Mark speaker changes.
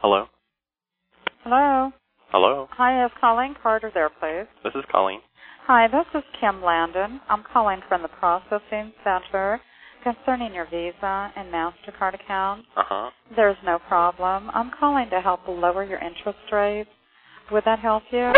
Speaker 1: Hello?
Speaker 2: Hello.
Speaker 1: Hello?
Speaker 2: Hi, is Colleen Carter there, please?
Speaker 1: This is Colleen.
Speaker 2: Hi, this is Kim Landon. I'm calling from the processing center concerning your Visa and MasterCard account.
Speaker 1: Uh huh.
Speaker 2: There's no problem. I'm calling to help lower your interest rate. Would that help you?